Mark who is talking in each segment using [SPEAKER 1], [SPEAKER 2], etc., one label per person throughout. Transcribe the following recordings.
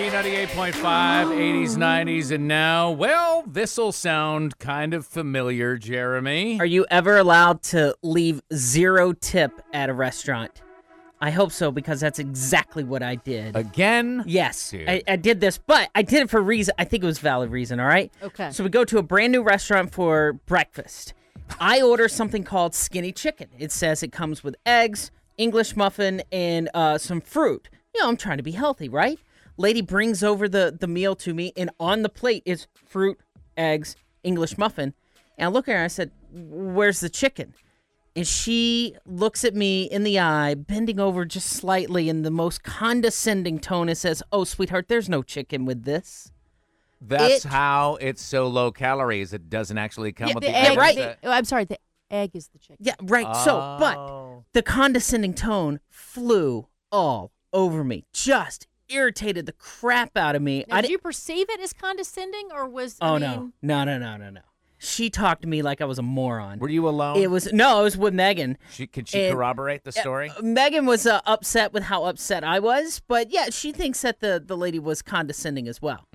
[SPEAKER 1] B98.5, 80s, 90s, and now. Well, this'll sound kind of familiar, Jeremy.
[SPEAKER 2] Are you ever allowed to leave zero tip at a restaurant? I hope so because that's exactly what I did.
[SPEAKER 1] Again?
[SPEAKER 2] yes,
[SPEAKER 1] Dude.
[SPEAKER 2] I, I did this, but I did it for a reason. I think it was valid reason. All right.
[SPEAKER 3] Okay.
[SPEAKER 2] So we go to a brand new restaurant for breakfast. I order something called skinny chicken. It says it comes with eggs, English muffin, and uh, some fruit. You know, I'm trying to be healthy, right? Lady brings over the the meal to me, and on the plate is fruit, eggs, English muffin. And I look at her and I said, "Where's the chicken?" And she looks at me in the eye, bending over just slightly in the most condescending tone, and says, "Oh, sweetheart, there's no chicken with this."
[SPEAKER 1] That's
[SPEAKER 2] It-
[SPEAKER 1] how it's so low calories. It doesn't actually come
[SPEAKER 3] Yeah,
[SPEAKER 1] with
[SPEAKER 3] the
[SPEAKER 1] the
[SPEAKER 3] egg.
[SPEAKER 2] right.
[SPEAKER 3] the- oh, I'm sorry. The egg is the chicken.
[SPEAKER 2] Yeah, right. So,
[SPEAKER 1] Oh.
[SPEAKER 2] but the condescending tone flew all over me, just irritated the crap out of me.
[SPEAKER 3] Now,
[SPEAKER 2] I
[SPEAKER 3] did
[SPEAKER 2] di-
[SPEAKER 3] you perceive it as condescending, or was?
[SPEAKER 2] oh
[SPEAKER 3] I
[SPEAKER 2] no,
[SPEAKER 3] mean,
[SPEAKER 2] no, no, no, no, no. She talked to me like I was a moron.
[SPEAKER 1] Were you alone?
[SPEAKER 2] It was no, it was with Megan.
[SPEAKER 1] She, can she
[SPEAKER 2] it-
[SPEAKER 1] corroborate the story?
[SPEAKER 2] Megan was uh, upset with how upset I was, but yeah, she thinks that the the lady was condescending as well.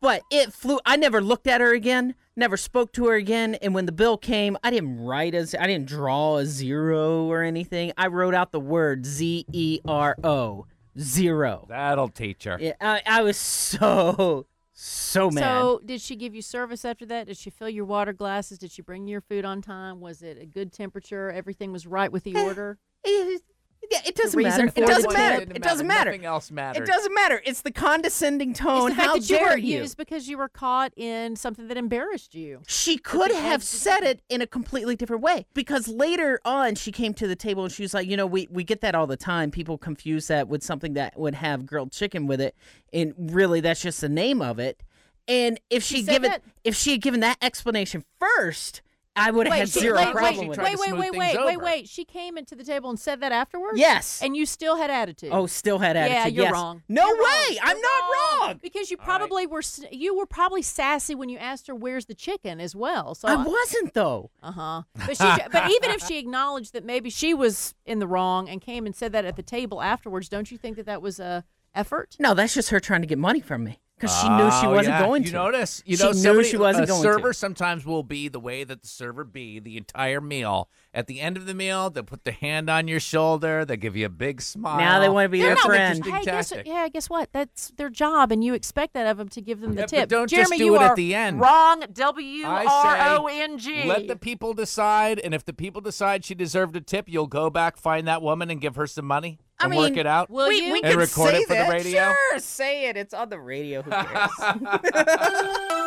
[SPEAKER 2] But it flew. I never looked at her again. Never spoke to her again. And when the bill came, I didn't write as I didn't draw a zero or anything. I wrote out the word Z E R O zero.
[SPEAKER 1] That'll teach her.
[SPEAKER 2] Yeah, I, I was so so mad.
[SPEAKER 3] so did she give you service after that? Did she fill your water glasses? Did she bring your food on time? Was it a good temperature? Everything was right with the
[SPEAKER 2] Eh.
[SPEAKER 3] order.
[SPEAKER 2] it, yeah, it doesn't
[SPEAKER 3] reason
[SPEAKER 2] matter.
[SPEAKER 3] for
[SPEAKER 2] It
[SPEAKER 3] eh, the
[SPEAKER 2] doesn't
[SPEAKER 3] tip.
[SPEAKER 2] matter.
[SPEAKER 3] It
[SPEAKER 2] It doesn't matter.
[SPEAKER 1] Nothing else matters.
[SPEAKER 2] It doesn't matter. It's the condescending
[SPEAKER 3] It's
[SPEAKER 2] tone.
[SPEAKER 3] the fact
[SPEAKER 2] Oh, How
[SPEAKER 3] that you
[SPEAKER 2] dare
[SPEAKER 3] were
[SPEAKER 2] you?
[SPEAKER 3] used because you were caught in something that embarrassed you.
[SPEAKER 2] She could
[SPEAKER 3] the
[SPEAKER 2] have
[SPEAKER 3] eggs is
[SPEAKER 2] said
[SPEAKER 3] different.
[SPEAKER 2] it in a completely different way because later on she came to the table and she was like, you know, we, we get that all the time. People confuse that with something that would have grilled chicken with it, and really that's just the name of it. And if she,
[SPEAKER 3] said
[SPEAKER 2] given
[SPEAKER 3] that?
[SPEAKER 2] if she had given that explanation first, I would have had
[SPEAKER 3] she-
[SPEAKER 2] zero
[SPEAKER 3] wait,
[SPEAKER 2] problem
[SPEAKER 3] wait,
[SPEAKER 2] with
[SPEAKER 1] tried
[SPEAKER 2] it.
[SPEAKER 3] wait,
[SPEAKER 1] to
[SPEAKER 3] wait,
[SPEAKER 1] smooth
[SPEAKER 3] wait,
[SPEAKER 1] things
[SPEAKER 3] wait, wait,
[SPEAKER 1] over.
[SPEAKER 3] wait. She came into the table and said that afterwards.
[SPEAKER 2] Yes.
[SPEAKER 3] and you still had attitude.
[SPEAKER 2] Oh, still had attitude.
[SPEAKER 3] Yeah, you're
[SPEAKER 2] yes.
[SPEAKER 3] wrong.
[SPEAKER 2] No
[SPEAKER 3] You're
[SPEAKER 2] way.
[SPEAKER 3] wrong.
[SPEAKER 2] I'm
[SPEAKER 3] You're
[SPEAKER 2] not wrong.
[SPEAKER 3] Because you
[SPEAKER 1] All right.
[SPEAKER 3] probably were s- you were probably sassy when you asked her where's the chicken as well. So
[SPEAKER 2] I wasn't though.
[SPEAKER 3] uh huh. But she but even if she acknowledged that maybe she was in the wrong and came and said that at the table afterwards, don't you think that that was a effort?
[SPEAKER 2] No, that's just her trying to get money from me because she knew she
[SPEAKER 1] Oh,
[SPEAKER 2] wasn't
[SPEAKER 1] yeah.
[SPEAKER 2] going
[SPEAKER 1] You
[SPEAKER 2] to.
[SPEAKER 1] notice, you
[SPEAKER 2] She
[SPEAKER 1] know,
[SPEAKER 2] knew
[SPEAKER 1] somebody-
[SPEAKER 2] she wasn't
[SPEAKER 1] a
[SPEAKER 2] going to.
[SPEAKER 1] server sometimes will be the way that the server be the entire meal. At the end of the meal, they put their hand on your shoulder, they give you a big smile.
[SPEAKER 2] Now they wanna be
[SPEAKER 1] They're
[SPEAKER 2] your
[SPEAKER 1] not
[SPEAKER 2] friend.
[SPEAKER 1] interesting
[SPEAKER 3] Hey, guess what?
[SPEAKER 1] tactic.
[SPEAKER 3] Yeah, guess what? That's their job, and you expect that of them to give them the
[SPEAKER 1] Yeah, but
[SPEAKER 3] tip.
[SPEAKER 1] don't just
[SPEAKER 3] Jeremy,
[SPEAKER 1] do
[SPEAKER 3] you
[SPEAKER 1] it at
[SPEAKER 3] are
[SPEAKER 1] the end.
[SPEAKER 3] Wrong. W
[SPEAKER 1] I
[SPEAKER 3] R
[SPEAKER 1] say,
[SPEAKER 3] O N G.
[SPEAKER 1] Let the people decide, and if the people decide she deserved a tip, you'll go back, find that woman, and give her some money
[SPEAKER 2] I
[SPEAKER 1] and
[SPEAKER 2] mean,
[SPEAKER 1] work it out.
[SPEAKER 3] Will you?
[SPEAKER 1] And
[SPEAKER 2] could
[SPEAKER 1] record
[SPEAKER 2] say
[SPEAKER 1] it for the
[SPEAKER 2] that.
[SPEAKER 1] radio?
[SPEAKER 2] Sure, say it. It's on the radio. Who cares?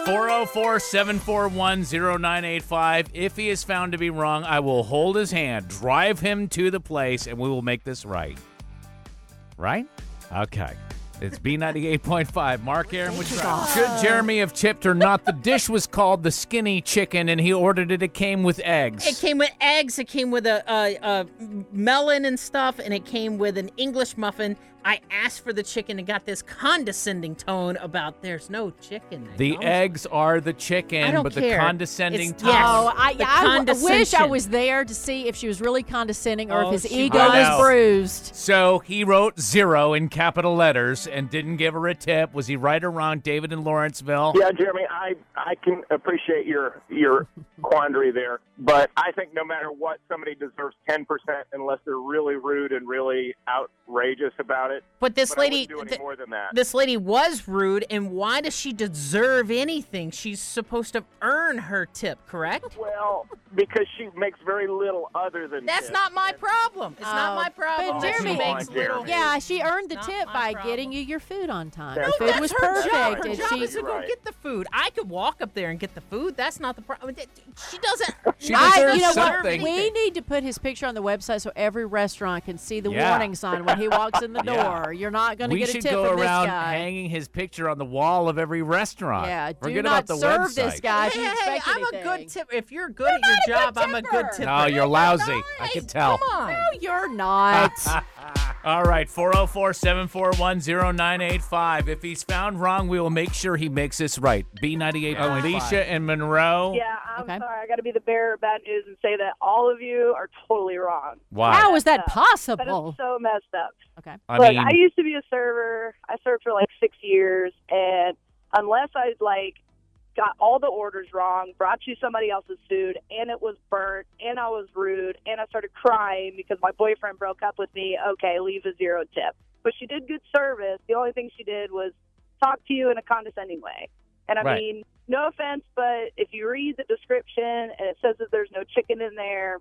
[SPEAKER 1] 404 741 0985. If he is found to be wrong, I will hold his hand, drive him to the place, and we will make this right. Right? Okay. It's B98.5. Mark Aaron, which Should Jeremy have chipped or not? The dish was called the skinny chicken, and he ordered it. It came with eggs.
[SPEAKER 2] It came with eggs. It came with a, a, a melon and stuff, and it came with an English muffin. I asked for the chicken and got this condescending tone about there's no chicken. I
[SPEAKER 1] the
[SPEAKER 2] don't-
[SPEAKER 1] eggs are the chicken,
[SPEAKER 2] I don't
[SPEAKER 1] but the
[SPEAKER 2] care.
[SPEAKER 1] condescending
[SPEAKER 2] It's-
[SPEAKER 1] tone.
[SPEAKER 2] Yes.
[SPEAKER 3] Oh, I,
[SPEAKER 2] The
[SPEAKER 3] I w- wish I
[SPEAKER 2] condescension.
[SPEAKER 3] was there to see if she was really condescending or
[SPEAKER 2] Oh,
[SPEAKER 3] if his
[SPEAKER 2] she
[SPEAKER 3] ego
[SPEAKER 1] was. I
[SPEAKER 3] was
[SPEAKER 1] know.
[SPEAKER 3] bruised.
[SPEAKER 1] So he wrote zero in capital letters and didn't give her a tip. Was he right or wrong, David in Lawrenceville?
[SPEAKER 4] Yeah, Jeremy, I I can appreciate your your quandary there, but I think no matter what, somebody deserves ten percent unless they're really rude and really outrageous about it.
[SPEAKER 2] But this
[SPEAKER 4] But I
[SPEAKER 2] lady,
[SPEAKER 4] wouldn't do any
[SPEAKER 2] th-
[SPEAKER 4] more than that.
[SPEAKER 2] this lady was rude, and why does she deserve anything? She's supposed to earn her tip, correct?
[SPEAKER 4] well, because she makes very little other than
[SPEAKER 2] That's
[SPEAKER 4] tips.
[SPEAKER 2] not my problem. It's
[SPEAKER 3] Oh,
[SPEAKER 2] not my problem.
[SPEAKER 3] But
[SPEAKER 4] that she
[SPEAKER 3] Jeremy,
[SPEAKER 4] makes Come on, little- Jeremy.
[SPEAKER 3] yeah, she earned the
[SPEAKER 2] Not
[SPEAKER 3] tip
[SPEAKER 2] my
[SPEAKER 3] by
[SPEAKER 2] problem.
[SPEAKER 3] getting you your food on time.
[SPEAKER 4] No,
[SPEAKER 3] the food
[SPEAKER 2] that's
[SPEAKER 3] was
[SPEAKER 2] her
[SPEAKER 3] perfect.
[SPEAKER 2] Job. Her
[SPEAKER 3] and
[SPEAKER 2] job
[SPEAKER 3] she,
[SPEAKER 2] is to go
[SPEAKER 4] Right.
[SPEAKER 2] get the food. I could walk up there and get the food. That's not the problem. She doesn't.
[SPEAKER 1] She
[SPEAKER 2] not
[SPEAKER 1] deserves
[SPEAKER 3] I, you know
[SPEAKER 1] something.
[SPEAKER 3] what? We need to put his picture on the website so every restaurant can see the
[SPEAKER 1] Yeah.
[SPEAKER 3] warning sign when he walks in the door.
[SPEAKER 1] Yeah.
[SPEAKER 3] You're not going to
[SPEAKER 1] We
[SPEAKER 3] get a tip
[SPEAKER 1] should go
[SPEAKER 3] from
[SPEAKER 1] around
[SPEAKER 3] this guy.
[SPEAKER 1] hanging his picture on the wall of every restaurant.
[SPEAKER 3] yeah, do
[SPEAKER 1] Forget
[SPEAKER 3] not
[SPEAKER 1] about the
[SPEAKER 3] serve
[SPEAKER 1] website.
[SPEAKER 3] this guy. if
[SPEAKER 2] hey,
[SPEAKER 3] you
[SPEAKER 2] hey,
[SPEAKER 3] expect
[SPEAKER 2] I'm a
[SPEAKER 3] anything.
[SPEAKER 2] good tipper. If you're good at your job, I'm a good tipper.
[SPEAKER 1] No, you're lousy. I can tell.
[SPEAKER 2] Come on.
[SPEAKER 3] No, you're not.
[SPEAKER 1] All right, 404 741 0985. If he's found wrong, we will make sure he makes this right. B98. Alicia and Monroe.
[SPEAKER 5] Yeah, I'm I'm
[SPEAKER 3] Okay.
[SPEAKER 5] sorry. I got to be the bearer of bad news and say that all of you are totally wrong.
[SPEAKER 1] Wow.
[SPEAKER 3] How is that
[SPEAKER 5] Uh, That
[SPEAKER 3] possible?
[SPEAKER 5] is so messed up.
[SPEAKER 3] Okay.
[SPEAKER 1] I
[SPEAKER 5] Look,
[SPEAKER 1] mean,
[SPEAKER 5] I used to be a server. I served for like six years, and unless I like got all the orders wrong, brought you somebody else's food, and it was burnt, and I was rude, and I started crying because my boyfriend broke up with me. Okay, leave a zero tip. But she did good service. The only thing she did was talk to you in a condescending way. And I
[SPEAKER 1] Right.
[SPEAKER 5] mean, no offense, but if you read the description and it says that there's no chicken in there,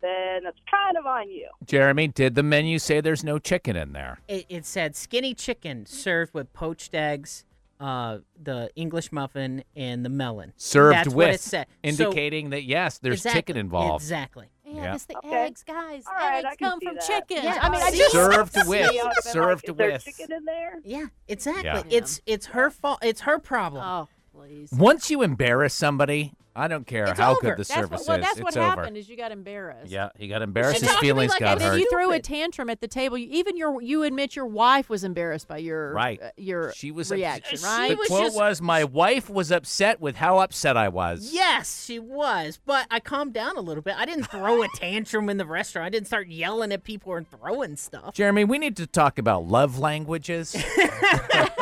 [SPEAKER 5] then that's kind of on you.
[SPEAKER 1] Jeremy, did the menu say there's no chicken in there?
[SPEAKER 2] It, it said skinny chicken served with poached eggs, uh, the English muffin, and the melon.
[SPEAKER 1] Served
[SPEAKER 2] That's
[SPEAKER 1] with,
[SPEAKER 2] what it said. So-
[SPEAKER 1] indicating that yes, there's
[SPEAKER 2] Exactly,
[SPEAKER 1] chicken involved.
[SPEAKER 2] Exactly.
[SPEAKER 3] Yeah,
[SPEAKER 1] Yeah.
[SPEAKER 3] it's the
[SPEAKER 5] Okay.
[SPEAKER 3] eggs, guys.
[SPEAKER 5] All right, I
[SPEAKER 3] eggs
[SPEAKER 5] can
[SPEAKER 3] come
[SPEAKER 5] see
[SPEAKER 3] from
[SPEAKER 5] that.
[SPEAKER 3] chickens.
[SPEAKER 2] Yeah,
[SPEAKER 3] I mean, I
[SPEAKER 2] see?
[SPEAKER 3] just
[SPEAKER 1] Served with,
[SPEAKER 5] Yeah, I would've been
[SPEAKER 1] served
[SPEAKER 5] like, is
[SPEAKER 1] with.
[SPEAKER 5] There chicken in there?
[SPEAKER 2] Yeah, exactly.
[SPEAKER 1] Yeah.
[SPEAKER 2] It's it's her fault. It's her problem.
[SPEAKER 3] Oh, please.
[SPEAKER 1] Once you embarrass somebody, I don't care
[SPEAKER 2] It's
[SPEAKER 1] how
[SPEAKER 2] over.
[SPEAKER 1] good the
[SPEAKER 2] That's
[SPEAKER 3] That's
[SPEAKER 1] service
[SPEAKER 3] what, well,
[SPEAKER 1] is.
[SPEAKER 3] that's
[SPEAKER 1] it's
[SPEAKER 3] what
[SPEAKER 1] over.
[SPEAKER 3] happened is you got embarrassed.
[SPEAKER 1] Yeah, he got embarrassed.
[SPEAKER 3] She
[SPEAKER 1] His
[SPEAKER 3] talked to me
[SPEAKER 1] feelings
[SPEAKER 3] like
[SPEAKER 1] got
[SPEAKER 3] that, and
[SPEAKER 1] hurt.
[SPEAKER 3] then you threw a tantrum at the table. You, even your you admit your wife was embarrassed by your
[SPEAKER 1] Right.
[SPEAKER 3] uh, your
[SPEAKER 1] She was
[SPEAKER 3] reaction,
[SPEAKER 1] upset.
[SPEAKER 3] right?
[SPEAKER 1] The
[SPEAKER 2] was
[SPEAKER 1] quote
[SPEAKER 2] just-
[SPEAKER 1] was, "My wife was upset with how upset I was."
[SPEAKER 2] Yes, she was, but I calmed down a little bit. I didn't throw a tantrum in the restaurant. I didn't start yelling at people and throwing stuff.
[SPEAKER 1] Jeremy, we need to talk about love languages.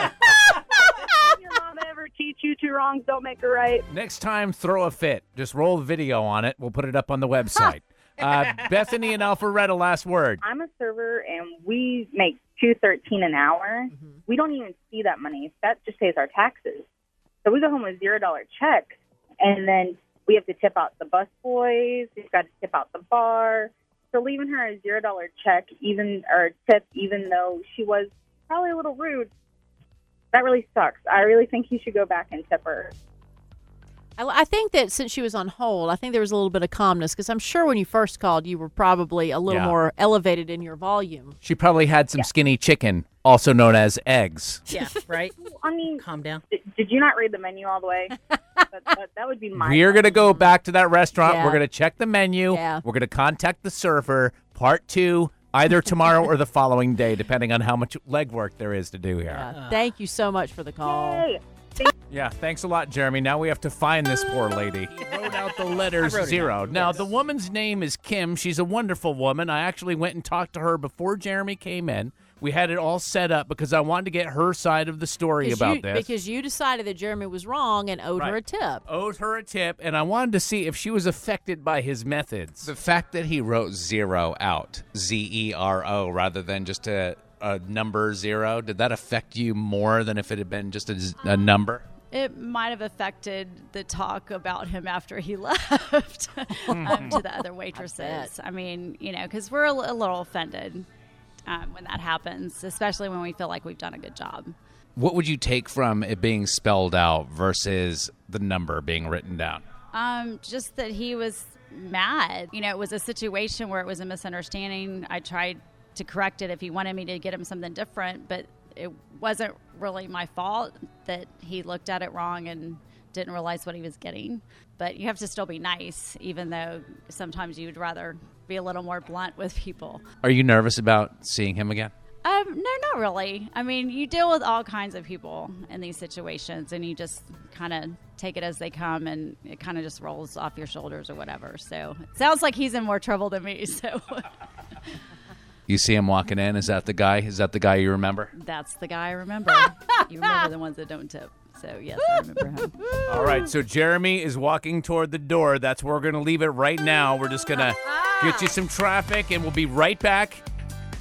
[SPEAKER 5] Didn't your mom ever teach you two wrongs don't make a right?
[SPEAKER 1] Next time, throw a fit. Just roll the video on it. We'll put it up on the website. uh, Bethany and Alpharetta, last word.
[SPEAKER 6] I'm a server and we make two thirteen an hour. We don't even see that money. That just pays our taxes. So we go home with zero dollar checks and then we have to tip out the bus boys, we've got to tip out the bar. So leaving her a zero dollar check even or tip even though she was probably a little rude, that really sucks. I really think he should go back and tip her.
[SPEAKER 3] I, I think that since she was on hold, I think there was a little bit of calmness because I'm sure when you first called, you were probably a little
[SPEAKER 1] Yeah.
[SPEAKER 3] more elevated in your volume.
[SPEAKER 1] She probably had some skinny chicken, also known as eggs.
[SPEAKER 2] Yeah, right?
[SPEAKER 6] I mean,
[SPEAKER 2] Calm down.
[SPEAKER 6] did, did you not read the menu all the way? that, that, that would be my
[SPEAKER 1] We're going to go back to that restaurant.
[SPEAKER 3] Yeah.
[SPEAKER 1] We're going to check the menu.
[SPEAKER 3] Yeah.
[SPEAKER 1] We're going to contact the server. Part two, either tomorrow or the following day, depending on how much legwork there is to do
[SPEAKER 3] Yeah.
[SPEAKER 1] here.
[SPEAKER 3] Uh, Thank you so much for the call.
[SPEAKER 6] Hey,
[SPEAKER 1] Yeah, thanks a lot, Jeremy. Now we have to find this poor lady. Ah. He wrote out the letters
[SPEAKER 2] I wrote it
[SPEAKER 1] zero.
[SPEAKER 2] out,
[SPEAKER 1] Now,
[SPEAKER 2] yes.
[SPEAKER 1] the woman's name is Kim. She's a wonderful woman. I actually went and talked to her before Jeremy came in. We had it all set up because I wanted to get her side of the story
[SPEAKER 3] Because
[SPEAKER 1] about
[SPEAKER 3] you,
[SPEAKER 1] this.
[SPEAKER 3] Because you decided that Jeremy was wrong and owed her
[SPEAKER 1] Right.
[SPEAKER 3] a tip.
[SPEAKER 1] owed her a tip, and I wanted to see if she was affected by his methods. The fact that he wrote zero out, Z E R O, rather than just a, a number zero, did that affect you more than if it had been just a, z- a number?
[SPEAKER 7] it might have affected the talk about him after he left um, to the other waitresses. I, mean, you know, because we're a, li- a little offended um, when that happens, especially when we feel like we've done a good job.
[SPEAKER 1] What would you take from it being spelled out versus the number being written down?
[SPEAKER 7] Um, just that he was mad. You know, it was a situation where it was a misunderstanding. I tried to correct it if he wanted me to get him something different, but it wasn't really my fault that he looked at it wrong and didn't realize what he was getting. But you have to still be nice, even though sometimes you'd rather be a little more blunt with people.
[SPEAKER 1] Are you nervous about seeing him again?
[SPEAKER 7] Um, no, not really. I mean, you deal with all kinds of people in these situations, and you just kind of take it as they come, and it kind of just rolls off your shoulders or whatever. So it sounds like he's in more trouble than me. So
[SPEAKER 1] You see him walking in. Is that the guy? Is that the guy you remember?
[SPEAKER 7] that's the guy I remember. you remember the ones that don't tip. So yes, I remember him.
[SPEAKER 1] All right, so Jeremy is walking toward the door. That's where we're going to leave it right now. We're just going to get you some traffic, and we'll be right back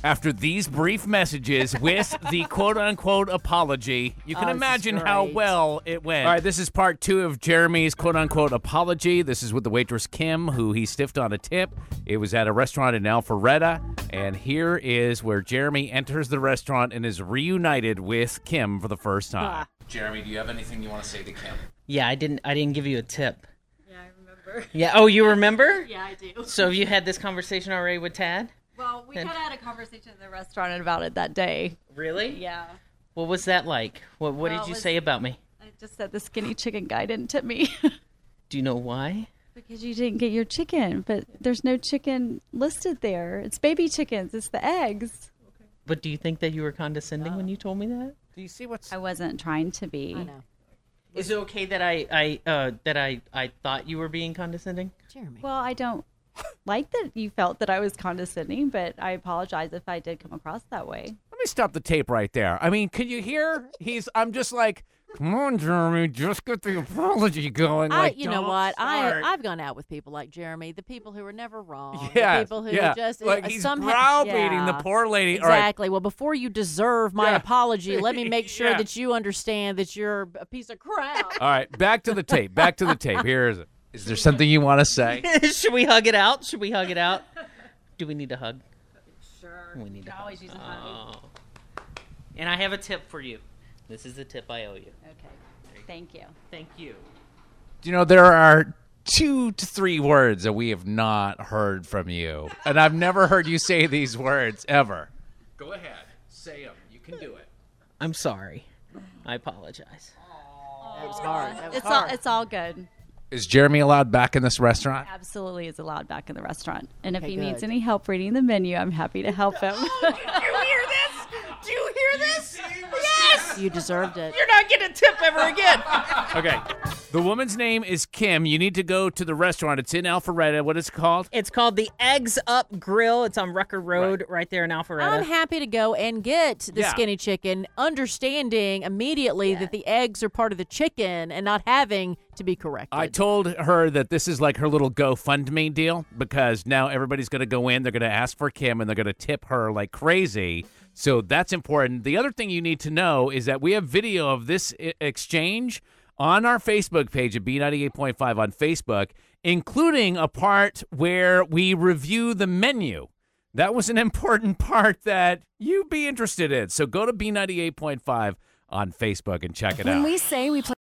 [SPEAKER 1] after these brief messages with the quote unquote apology. You can
[SPEAKER 3] Oh, this is
[SPEAKER 1] imagine how
[SPEAKER 3] great.
[SPEAKER 1] well it went. All right, this is part two of Jeremy's quote unquote apology. This is with the waitress Kim, who he stiffed on a tip. It was at a restaurant in Alpharetta. And here is where Jeremy enters the restaurant and is reunited with Kim for the first time. Jeremy, do you have anything you want to say to Kim?
[SPEAKER 2] Yeah, I didn't I didn't give you a tip. Yeah, I remember. Yeah, oh, you remember? yeah, I do. So have you had this conversation already with Tad?
[SPEAKER 7] Well, we kind of had a conversation at the restaurant about it that day.
[SPEAKER 2] Really?
[SPEAKER 7] Yeah,
[SPEAKER 2] What was that like? What what
[SPEAKER 7] Well,
[SPEAKER 2] did
[SPEAKER 7] it
[SPEAKER 2] you
[SPEAKER 7] was-
[SPEAKER 2] say about me?
[SPEAKER 7] I just said the skinny chicken guy didn't tip me.
[SPEAKER 2] Do you know why?
[SPEAKER 7] Because you didn't get your chicken, but there's no chicken listed there. It's baby chickens. It's the eggs.
[SPEAKER 2] But Oh. do you think that you were condescending when you told me that?
[SPEAKER 1] Do you see what's
[SPEAKER 7] I wasn't trying to be.
[SPEAKER 3] I know.
[SPEAKER 2] Is it okay that I I uh, that I I thought you were being condescending?
[SPEAKER 3] Jeremy.
[SPEAKER 7] Well, I don't like that you felt that I was condescending, but I apologize if I did come across that way.
[SPEAKER 1] Let me stop the tape right there. I mean, can you hear? He's. I'm just like, come on, Jeremy, just get the apology going.
[SPEAKER 3] I,
[SPEAKER 1] like,
[SPEAKER 3] you know
[SPEAKER 1] don't
[SPEAKER 3] what?
[SPEAKER 1] start."
[SPEAKER 3] I I've gone out with people like Jeremy, the people who are never wrong,
[SPEAKER 1] yeah,
[SPEAKER 3] the people who
[SPEAKER 1] yeah.
[SPEAKER 3] just
[SPEAKER 1] like
[SPEAKER 3] uh,
[SPEAKER 1] he's
[SPEAKER 3] somehow
[SPEAKER 1] browbeating
[SPEAKER 3] Yeah.
[SPEAKER 1] the poor lady. All right,
[SPEAKER 3] Exactly. Well, before you deserve my
[SPEAKER 1] Yeah.
[SPEAKER 3] apology, let me make sure
[SPEAKER 1] Yeah.
[SPEAKER 3] that you understand that you're a piece of crap.
[SPEAKER 1] all right. Back to the tape. Back to the tape. Here is it. Is there something you want to say?
[SPEAKER 2] Should we hug it out? Should we hug it out? Do we need a hug? Sure. We need a hug.
[SPEAKER 7] Always use a hug.
[SPEAKER 2] And I have a tip for you. This is a tip I owe you.
[SPEAKER 7] Okay. Thank you.
[SPEAKER 2] Thank you.
[SPEAKER 1] You know, there are two to three words that we have not heard from you, and I've never heard you say these words ever. Go ahead, say them. You can do it.
[SPEAKER 2] I'm sorry. I apologize.
[SPEAKER 7] It's all it's all good.
[SPEAKER 1] Is Jeremy allowed back in this restaurant?
[SPEAKER 7] Absolutely is allowed back in the restaurant. And if he needs
[SPEAKER 3] good.
[SPEAKER 7] any help reading the menu, I'm happy to help him.
[SPEAKER 3] You deserved it.
[SPEAKER 2] You're not getting a tip ever again.
[SPEAKER 1] Okay. The woman's name is Kim. You need to go to the restaurant. It's in Alpharetta. What is it called?
[SPEAKER 2] it's called the Eggs Up Grill. It's on Rucker Road, right, there in Alpharetta.
[SPEAKER 3] I'm happy to go and get the
[SPEAKER 1] Yeah.
[SPEAKER 3] skinny chicken, understanding immediately that the eggs are part of the chicken and not having to be corrected.
[SPEAKER 1] I told her that this is like her little GoFundMe deal because now everybody's going to go in, they're going to ask for Kim, and they're going to tip her like crazy. So that's important. The other thing you need to know is that we have video of this I- exchange on our Facebook page at B98.5 on Facebook, including a part where we review the menu. That was an important part that you'd be interested in. So go to B98.5 on Facebook and check it out.
[SPEAKER 8] When we say we play.